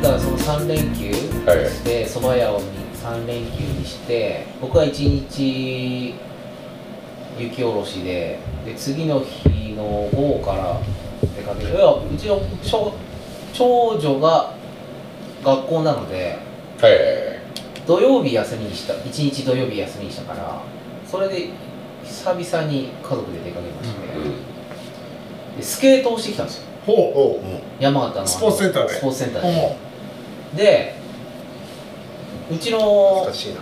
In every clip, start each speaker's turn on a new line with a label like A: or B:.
A: 3連休
B: はい
A: して蕎麦屋を3連休にして僕は1日雪下ろしでで次の日の午後から出かけていやうちの小長女が学校なので
B: はいはいはい
A: 土曜日休みにした1日土曜日休みにしたからそれで久々に家族で出かけまして、
B: うん
A: でスケートをしてきたんですよ
C: ほ
B: おう
A: 山形のあの
C: スポーツセンターで
A: スポーツセンタ
C: う
A: ー
C: ほう
A: ででうちの
B: 難しいな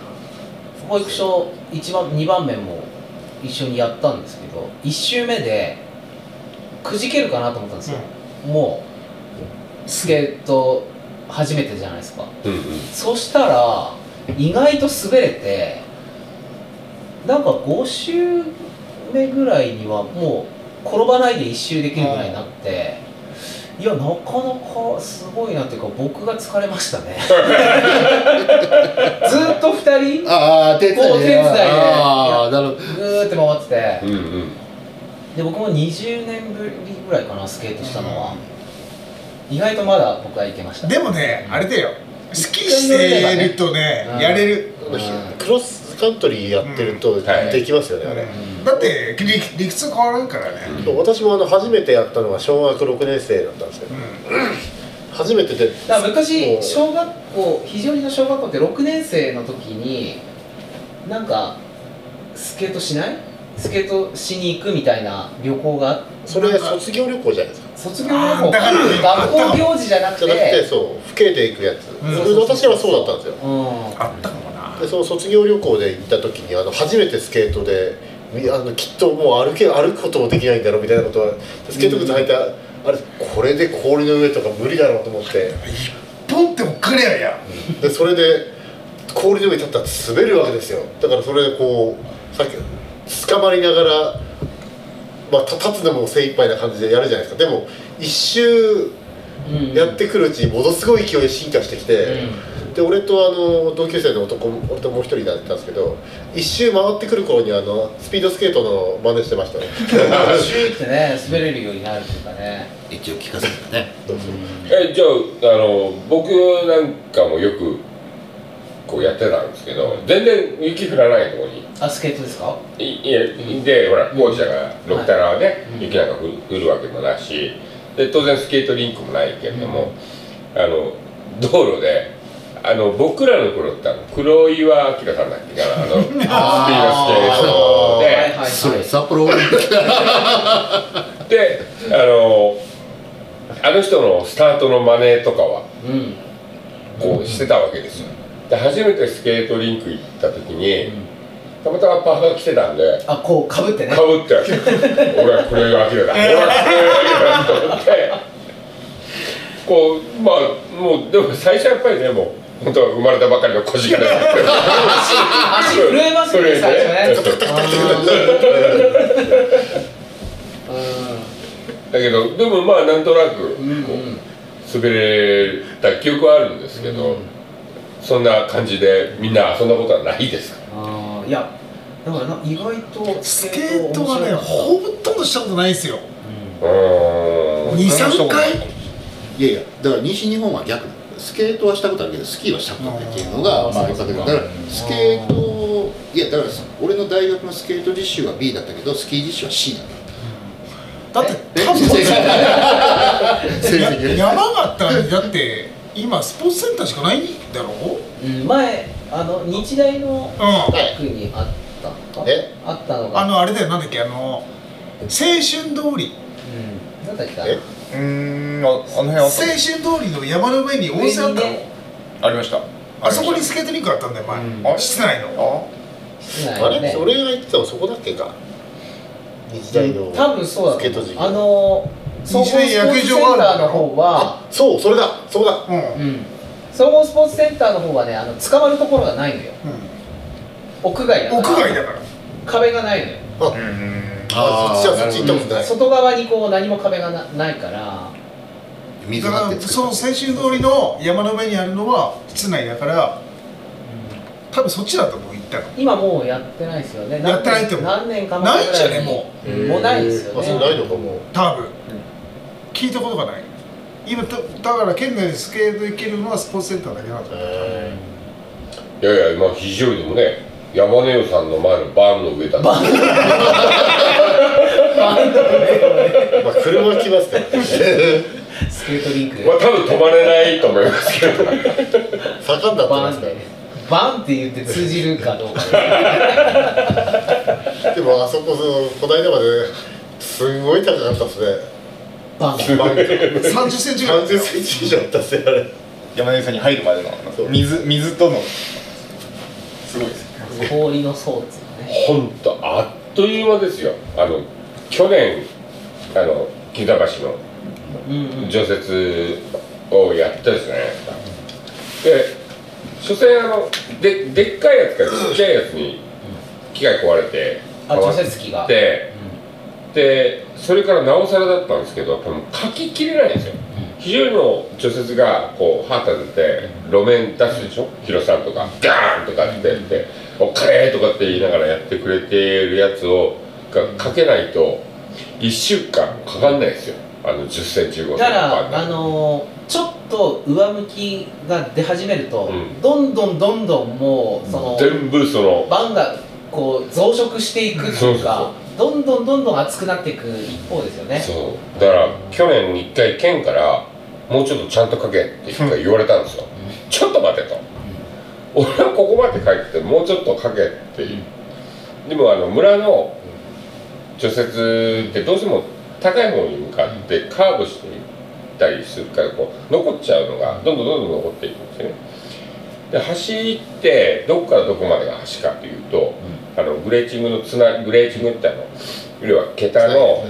A: 保育所一番2番目も一緒にやったんですけど1周目でくじけるかなと思ったんですよ、もうスケート初めてじゃないですか
B: うんうん
A: そしたら意外と滑れてなんか5周目ぐらいにはもう転ばないで1周できるぐらいになって、いやなかなかすごいなっていうか僕が疲れましたねずっと2人
D: ああ手伝い
A: こう手伝いで
D: ああなるほど
A: ぐーって回ってて
B: うんうん
A: で僕も20年ぶりぐらいかなスケートしたのは、意外とまだ僕はいけました
C: でもねあれだよスキーしてるとね
A: うん
C: やれる
A: う
D: クロスカントリーやってると
B: んはい
D: できますよね、あれ、
A: ん
C: だって理理屈変わらんからね
B: うん
D: 私もあの初めてやったのが小学6年生だったんですけど、
C: う
D: 初めてで
A: だから昔
D: そう
A: 小学校非常にの小学校って6年生の時になんかスケートしないスケートしに行くみたいな旅行が
D: それ卒業旅行じゃないですか
A: 卒業旅行
C: あだから
A: 学校行事じゃなく
D: じゃなくて
A: て
D: そう父兄で行くやつ、
C: ん
D: それ私はそうだったんです
A: う
D: よ
A: ん
C: んあったかもな
D: でその卒業旅行で行った時にあの初めてスケートでみあのきっともう歩け歩くこともできないんだろうみたいなことはスケート靴履いた、あれこれで氷の上とか無理だろうと思って
C: ポンっておっかれやや
D: でそれで氷の上に立ったら滑るわけですよだからそれでこうさっき捕まりながら、まあ、た立つのも精一杯な感じでやるじゃないですかでも一周
A: うん
D: やってくるうちにものすごい勢いで進化してきて、で俺とあの同級生の男俺ともう一人だったんですけど一周回ってくる頃にあのスピードスケートの真似してましたね
A: シューってね滑れるようになるというかね
E: 一応聞かせてね
B: えじゃああの僕なんかもよくこうやってたんですけど全然雪降らないとこに
A: あスケートですか
B: いいやでほら工事だから六田川ね、
A: うん
B: 雪なんか降るわけもないしで当然スケートリンクもないけれども、あの道路であの僕らの頃ってあの黒岩明さんだっけかなあのスピードスケート
A: はいはい
B: で
A: はい
E: それ札幌オリンピック
B: であのあの人のスタートの真似とかは
A: うん
B: こうしてたわけですよで初めてスケートリンク行った時にたまたまパーカー着てたんで
A: あこうかぶってね
B: かぶって 「俺はこれが明らだ俺はこれが明らだ」と思ってこうまあもうでも最初はやっぱりねもう本当は生まれたばかりの小力だった けど
A: 足震えますよね
B: それ
A: 最
B: ね
A: 初ねうん
B: だけどでもまあなんとなく
A: うん
B: こう滑れた記憶はあるんですけど、そんな感じでみんな遊んだことはないですか
A: あーいやだからな意外と
C: スケートはね
A: 面白い
C: ほとんどしたことないですよ
B: うーん
C: 23回
E: いやいやだから西日本は逆なのスケートはしたことあるけどスキーはしたことないっていうのが
A: あー
E: まあ
A: そうか
E: だからだからスケートいやだから俺の大学のスケート実習は B だったけどスキー実習は C だった
C: だって
E: え
C: 多分
E: 成績
C: や
E: ね
C: 山形にだって今スポーツセンターしかないんだろ
A: うん前あの日大の
C: うん
A: 近くにあったのか
D: え
A: あったのが
C: あのあれだよなんだっけあの青春通り
A: うんなんだっけ
D: え
F: うーんああの辺あ
C: 青
F: っ
C: 春通りの山の上に温泉あった
A: 上に
C: の
A: ね
F: たありました
C: あそこにスケートリンクあったんだよ
A: うん
C: 前室内の
F: あ
A: 室内
D: あ
A: の
D: れ、
A: ね
D: 俺が行ってたのそこだっけか日大の
A: 多分そうだ
D: スケート授業
A: あの総合スポーツセンターの方は
D: そうそれだそこだ
C: うん
A: うん総合スポーツセンターの方はねあの捕まるところがないのよ屋外だから
C: 屋外だから
A: 壁がないのよ
F: うー
D: あそっちはそっち行ったことない、
A: 外側にこう何も壁がなないから
E: 水
C: だ
E: 張っ
C: から
E: て
C: その
E: 作
C: 青
E: っ
C: 春通りの山の上にあるのは室内だから多分そっちだと思う行ったの
A: 今もうやってないですよね
C: やってないと思う
A: 何年か
C: ないんじゃ
A: 前に
C: ねも
D: う
A: もうないですよ
D: あそうな
A: ね
D: いのかも
C: う多分聞いたことがない今だだから県内でスケート行けるのはスポーツセンターだけなん だ
D: え
B: いやいや今肘よりでもね山根さんの前のバーンの上だった
D: ーまあ車来ますからね
A: スケートリンクで
B: まあ多分止まれないと思いますけど
D: 盛んだった
A: バ
D: ん
A: ンっ
D: で
A: てバンって言って通じるかどうかね
D: すからでもあそこそのこないだまですんごい高かったですね
A: バン
D: バンク
C: 3 0センチぐらい
D: 3 0センチ以上あったっすよあれ
F: 山根さんに入るまでの
D: そう
F: 水水とのすごいですね
A: 氷の層っつうのね
B: ほんとあっという間ですよあの去年あの金座橋の
A: うんうん
B: 除雪をやってですねで所詮あのででっかいやつからちっちゃいやつに機械壊れて
A: あ除雪機が
B: ででそれからなおさらだったんですけどやっぱもう書ききれないんですよ非常にの除雪がこう歯立てて路面出すでしょ広さんとかガーンとかってやって「おっかねー」とかって言いながらやってくれてるやつをが書けないと1週間かかんないですよあの1 0センチ1 5セン
A: だ
B: チ
A: か
B: かんない
A: らあのーちょっと上向きが出始めると、
B: うん
A: どんどんどんどんもうその
B: 全部その
A: バンがこう増殖していくっていうかどんどんどんどん厚くなっていく一方ですよね
B: そうだから去年に一回県からもうちょっとちゃんと書けって一回言われたんですよ、ちょっと待てと、俺はここまで書いててもうちょっと書けって、でもあの村の除雪ってどうしても高い方に向かってカーブしていったりするからこう残っちゃうのがどんどんどんどん残っていくんですよねで走ってどこからどこまでが橋かというと、あのグレーチングのつなグレーチングってあの要は桁の、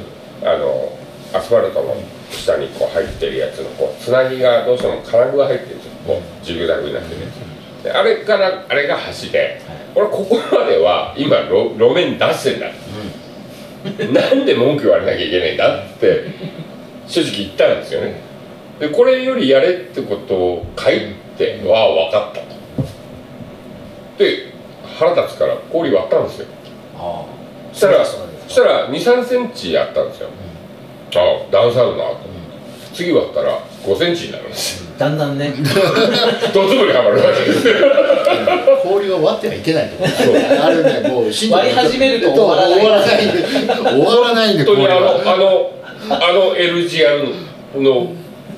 B: あのアスファルトの下にこう入ってるやつのこうつなぎがどうしても金具が入ってるんですよこうジグザグになってるやつであれからあれが橋で、俺ここまでは今路路面出してんだ、なんで文句言われなきゃいけないんだって正直言ったんですよねでこれよりやれってことを書いては分かったとで腹立つから氷割ったんですよ
A: ああ
B: そしたら
A: そう
B: そ
A: です
B: したら23センチあったんですよ、ああダウンサウンドだと、次割ったら5センチになるんですよ
A: だんだんね
B: どつぶにはまるわけですよ
E: 氷は割ってはいけないと思うあれねもう信じて
A: 割り始めると終わらない
E: 終わらないんで終わらないんで
B: 本当に
E: 氷
B: あの
E: は
B: あのあの L 字あるの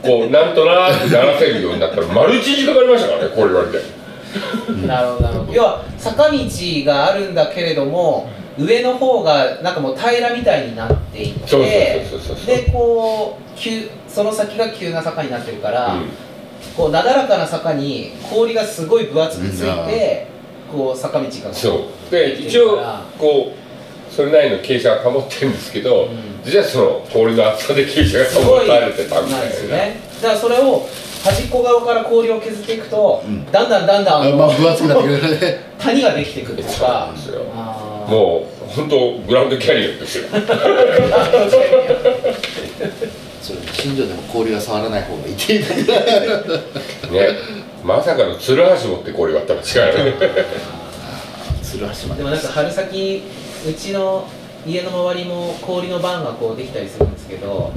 B: こうなんとなくならせるようになったら丸1日かかりましたからね氷割りで
A: なるほどなるほど要は坂道があるんだけれども上の方がなんかもう平らみたいになっていて
B: そうそうそうそうそう
A: でこう急その先が急な坂になってるから、
B: うん
A: こうなだらかな坂に氷がすごい分厚くついて、こう坂道が
B: そうで一応こうそれなりの傾斜は保ってるんですけど、
A: ん
B: 実はその氷の厚さで傾斜
A: す
B: が
A: ご
B: 保
A: い
B: た
A: なん
B: れてたみたいな
A: ですよねだからそれを端っこ側から氷を削っていくと、だんだんだんだんあ
E: あ
A: の、
E: まあ分厚くなってくるね
A: 谷ができてくるとか
B: そうなんですよ
A: あー
B: もう本当グランドキャニオンですよ
E: それ新庄でも氷は触らない方がいいって言って
B: ねまさかの鶴橋持って氷割ったら違うよね
E: 鶴橋ま
A: で
E: で
A: もなんか春先うちの家の周りも氷のバンがこうできたりするんですけど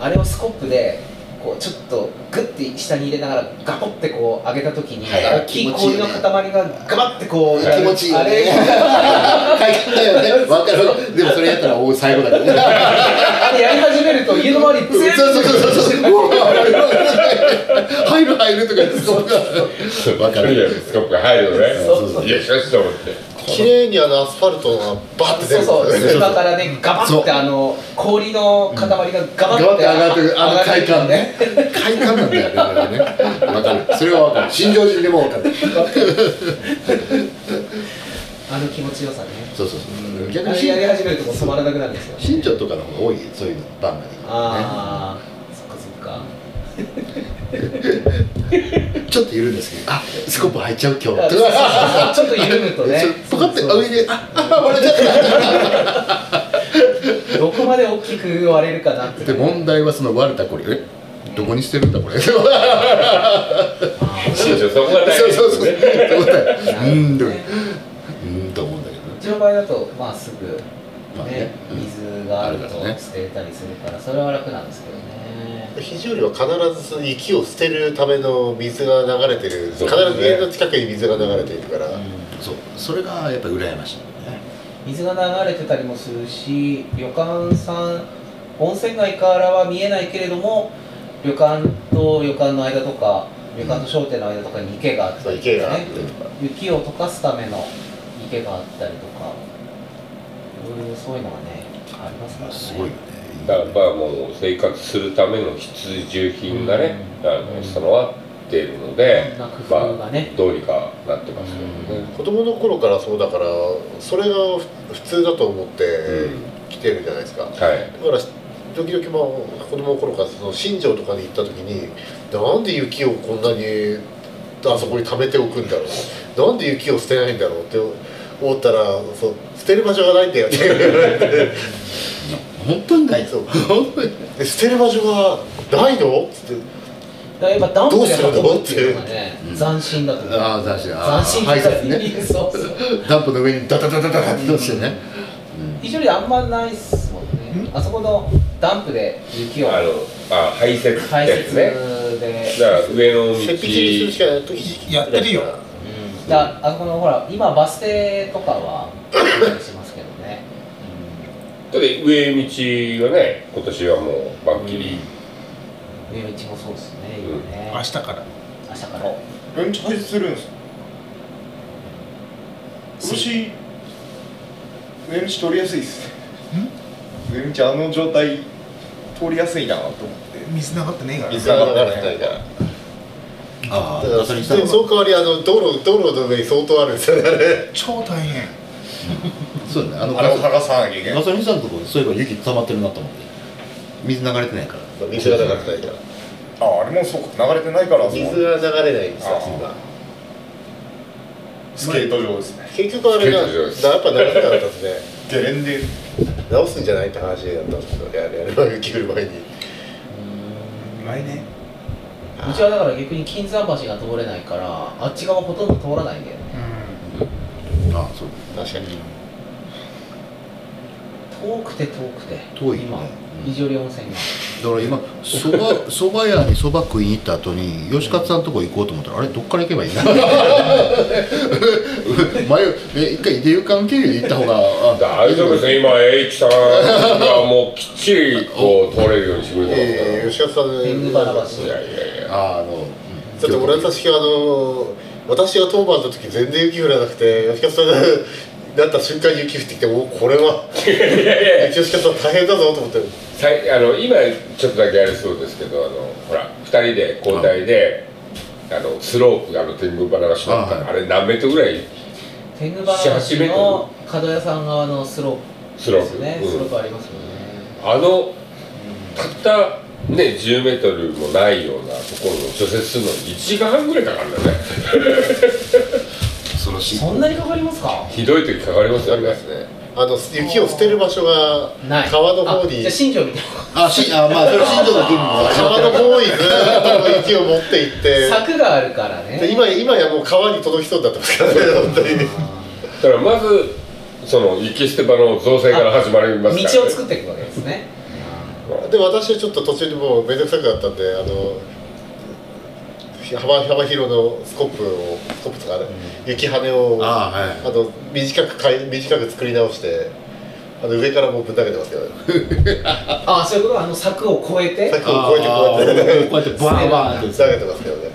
A: あれをスコップでこうちょっとグッて下に入れながらガポってこう上げた時に、
E: はい
A: 大きい
E: 気持ちい
A: 氷
E: いよ
A: の
E: ね
A: 塊がガバってこう
E: 気持ちいいよ
A: あれ
E: ね快感だよね分かるでもそれやったらお最後だけどね
A: あれやり始めると家の周り
E: そう
A: 全部
E: そうそうそううわ入る入るとか言ってそう分か
B: いや
E: る
B: スコップが入るのね
A: そうそう
B: いやしかしと思って
D: 綺麗にあのアスファルトがバッて出
A: そうん
D: る
A: そう
D: ですよね
A: 隙間からねガバ
E: そ
A: っ
E: う
A: てあの氷の塊がガバ
E: 頑
A: って
E: 張って上がってくるあの
A: が
E: 快感
A: って
E: ね 快感なんだよねだからね分かるそれは分かる新庄人でも分かる
A: あの気持ちよさね
E: そうそうそう
A: あ
E: 逆に
A: れ
E: 新
A: やり始めるともう止まらなくなるんですよね
E: 新庄とかの方が多いそういう番ができるね
A: ああ、そっかそっか。
E: ちょっと緩んですけどあスコップ入っちゃう今日とか
A: あちょっと緩むとね
E: そう。パカって
A: そうそう
E: 上でああ割れちゃった
A: どこまで大きく割れるかなって。
E: で問題はその割れたこれえどこに捨てるんだこれそう
B: 新庄そこが大
E: そう
B: 変
E: そうそう
B: ですね
E: うんでもう
A: ね
E: ーんと思うんだけど
A: うちの場合だと、まあ、すぐ、
E: まあね
A: ね、水があると
E: あるからね
A: 捨てたりするから、それは楽なんですけどね。
D: 非常には必ず息を捨てるための水が流れてる、必ず家の近くに水が流れているから、
E: そうそれがやっぱり羨ましいね
A: 水が流れてたりもするし旅館さん温泉街からは見えないけれども旅館と旅館の間とか旅館と商店の間とかに池があった
D: そう
A: りと
D: 池が
A: か
D: あって
A: ね雪を溶かすための池があったりとかいろいろそういうのがねありますからね
E: すごいよね
B: だからまあもう生活するための必需品がね、あの備わっているので、
A: いろんな工
B: ま
A: 夫がね
B: あ、どうにかなってますよね、
D: 子供の頃からそうだからそれがふ普通だと思って
B: うん
D: 来てるじゃないですか、だか
B: はい
D: ら時々まあ子供の頃からその新庄とかに行った時になんで雪をこんなにあそこに溜めておくんだろうなんで雪を捨てないんだろうって思ったらそう捨てる場所がないんだよって
E: 本当にない
D: そう
E: 本当に
D: で捨てる場所がないのつって
A: だからやっぱダンプ
D: どう
A: です
D: るの
A: 運ぶっていうのがね斬新だと思う
E: ああ斬新ああ
A: 斬新
E: 配
A: って
E: 線ね
A: いうか そうそう
E: ダンプの上にダダダダダダって落ちてね
A: 非常にあんまないっすもんねあそこのダンプで雪を
B: あのあ排泄って
A: 排
B: やつ
A: 泄
B: ね
A: で
B: だから上の道
D: 設置にするしかないと
C: やってるよ
A: だあそこのほら今バス停とかはしますけどね、
B: だって上道はね今年はもうばっきり、
A: うん、上道もそうですね今ね、
C: 明日から
A: 明日から
F: うんち配置するんですか今年上道取りやすいっすね上道あの状態通りやすいなと思って
C: 水流ってねえから
D: 水が流れてないから
E: ああ
D: だ
E: 中
D: か
E: に
D: らでもその代わりあの道路道路の上に相当あるんですよねあれ
C: 超大変
E: そうだねあの
F: あれを剥がさなきゃいけな
E: ガ
F: い
E: ソリンスタンドのとこそういえば雪溜まってるなと思って水流れてないから
D: 水が流れてないから
F: ああれもそうか流れてないからあそこ
D: 水が流れないんですよ
F: あー
D: 今
F: スケート場ですね
D: 結局あれがだやっぱ流れなかったですね
F: ゲレンデ
D: 直すんじゃないって話だったんですよねあれあれは雪降る前に
C: 来年
A: うちはだから逆に金山橋が通れないからあっち側ほとんど通らないんだよね
C: う
E: ああそう
D: 確かに
A: 遠くて遠くて
E: 遠いね
A: 今
E: うん
A: 肘折温泉が
E: だから今そ ばそば屋にそば食いに行った後に吉勝さんのとこ行こうと思ったらあれどっから行けばいいん だ迷うえ一回出湯館経由で行った方があ
B: 大丈夫ですね今 H さんがもうきっちりこう通れるようにしてくれてますから
D: ええ吉川さん
A: 天狗原橋
B: いやいやいや
E: ああ
D: だ
E: の
D: って俺私あの私が当番の時全然雪降らなくて吉川さんがなった瞬間に雪降ってきてもうこれは吉川さん大変だぞと思って
B: さいあの今ちょっとだけやるそうですけどあのほら2人で交代であのスロープあの天狗花がしまった
E: あは
B: あれ何メートルぐらい
A: 天狗橋
B: 78メート
A: の角屋さん側のスロープ
B: スロー
A: で
B: プ
A: すね
B: うん
A: スロープありますもんね
B: あのたったね10メートルもないようなところを除雪するのに1時間半ぐらいかかるんだね
E: 恐ろしい
A: そんなにかかりますか
B: ひどい時かかりますよね
D: あの雪を捨てる場所が
A: ない
D: 川の方
A: あ
D: に
A: じゃあ新庄みたい
E: あしあまあそれ新庄の気分も始まっ
D: 川
E: て
D: の
E: るから
D: 方にずっと雪を持って行って
A: な柵があるからね
D: で今今やもう川に届きそうになってますからね本当に
B: だからまずその雪捨て場の造成から始まりますから、ね、
A: 道を作っていくわけですね
D: で私はちょっと途中でもう面倒くさくなったんであの幅幅広のスコップをスコップとかね、雪跳ねを
E: ああはい
D: あの短くかい短く作り直してあの上からもうぶん投げてますけど
A: ああそういうことはあの柵を越えて
D: 柵を越えてこうやって
E: ああこうやってバンバンって
D: 投げてますけどね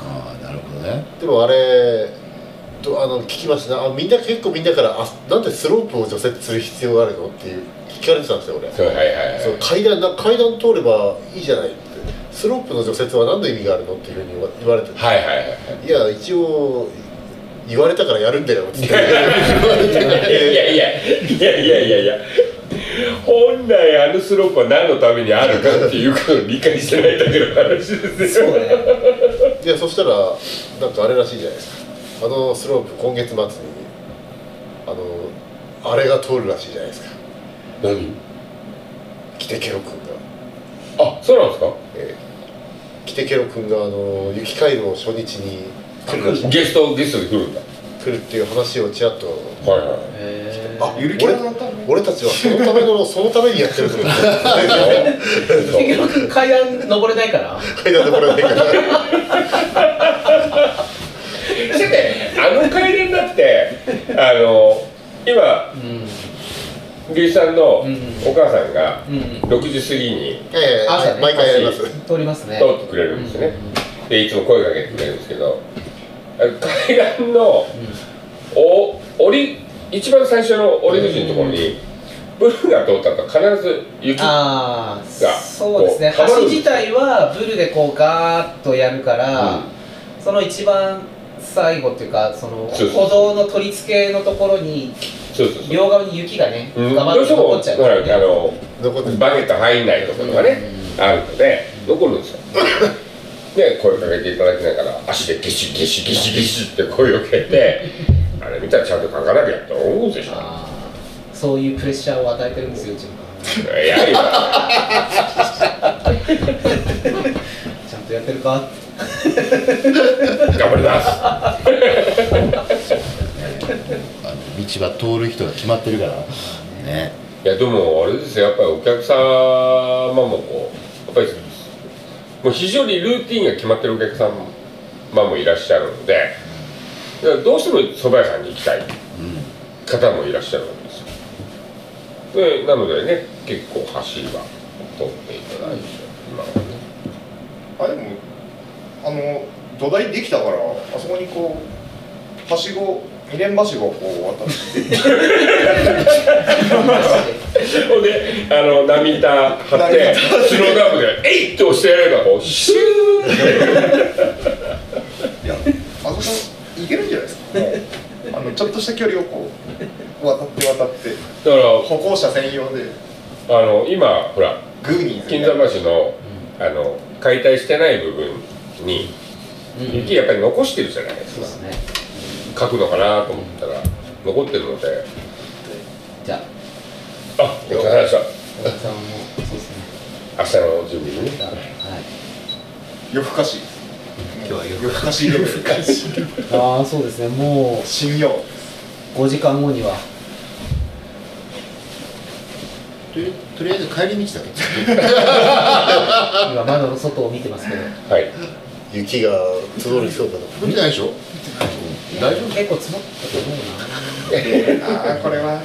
E: ああなるほどね
D: でもあれどあの聞きましたねあみんな結構みんなからあなんでスロープを除雪する必要があるのっていう聞かれてたんですよ俺
B: そうはいはいはい
D: そう階段な階段通ればいいじゃないってスロープの除雪は何の意味があるのっていうふうに言わ言われて
B: はいはいはい
D: いや一応言われたからやるん だよっつって
B: いやいやいやいやいやいやいや本来あのスロープは何のためにあるかっていうことを理解してないだけの話ですよ
A: そうだね
D: いやそしたらなんかあれらしいじゃないですかあのスロープ今月末にあのあれが通るらしいじゃないですか
B: 何
D: キテケロ君が、
B: あそうなんですか
D: えー、キテケロ君があの雪回路を初日に来るらしい
B: ゲストゲストで来るんだ
D: 来るっていう話をちらっと
B: はいはい
A: へー
D: あ
F: ゆるキャラだったんだ
D: 俺たちはそのためのそのためにやってると思って
A: 結局階段登れないから
D: 階段でこれないから
B: だってあの階段だってあの今
A: うん
B: 牛さんのお
A: うん
B: 母さんが
A: うん
B: 60過ぎに
D: ええ
A: 朝ね
D: 毎回やります
A: 通りますね
B: 通ってくれるんですねでいつも声かけてくれるんですけどあ階段のお降り一番最初の折り口のところにブルーが通ったと必ず雪
A: ああ
B: が
A: そうですね
B: こうか
A: 橋
B: ぶる
A: 自体はブルでこうガーッとやるから、その一番最後っていうかその
B: そうそう
A: 歩道の取り付けのところに
B: そうそうそう
A: 両側に雪がね
B: うん
A: 深ま
B: ど
A: っ
B: う
A: て
B: して
A: 残
B: も
A: っちゃう
B: ほ
A: から
B: ら
A: ね
B: あの
D: 残って
B: バケット入んないところがね、あるので残るんですよで声かけていただきながら足でゲシゲシゲシゲシって声をかけてあれ見たらちゃんと書かなきゃって思うでしょ
A: あーそういうプレッシャーを与えてるんですようちも
B: いやいや
A: ちゃんとやってるか
B: 頑張ります
E: あの道は通る人が決まってるからね
B: いやでもあれですよやっぱりお客様もこうやっぱりもう非常にルーティンが決まってるお客様もいらっしゃるのでだからどうしても蕎麦屋さんに行きたい方もいらっしゃるわけですよでなのでね結構橋は通っていただいて今はね
F: あでもあの土台できたからあそこにこうはしご二連はしごをこう渡して
B: ほんで、あの、波板張って、スノーダンプで、えいって押してやれば、こう、シューって。
F: いやあそこ行けるんじゃないですかもうあのちょっとした距離をこう渡って渡って
B: だか
F: 歩行者専用で
B: ら、あの、今、ほら、
F: グーニーズみ
B: 金
F: た
B: 座
F: いな
B: 橋の、あの、解体してない部分に、雪やっぱり残してるじゃないで
A: そ
B: す
A: う
B: か
A: で。すね
B: 書くのかなと思ったら、残ってるので、
A: じゃあ
B: あ、お疲れ様でした。
A: 小田さんもそうですね
B: 明日の準備にね
A: じ。ゃあはい
F: 夜更かし
E: 今日は夜
F: 夜更かし夜更かし
A: ああそうですねもう
F: 信用
A: 5時間後には
E: とりとりあえず帰り道だけ
A: 今窓の外を見てますけど
B: はい。
D: 雪が積もりそうだな
E: 見てないでしょ大丈夫
A: 結構積もったと思うな
F: ああこれは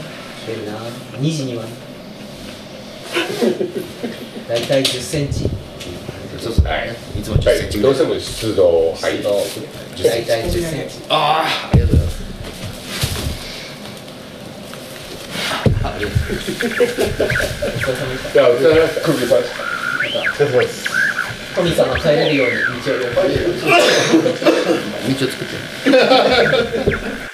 A: 出るな2時にはだいたい1 0ンチ
E: そうそう、
B: はい
E: いつも10
B: やっ
E: セン
B: ぱ
E: チ
B: り
E: ぐ
B: ど
E: ら
B: う
E: い
B: しても出動、はい。
A: だいたい1 0ンチ
E: ああありがとうございます
A: お疲れ様でした
B: じゃあ、お疲れ様でした。
A: トミーさんが帰れるように道を横に
E: 道を作って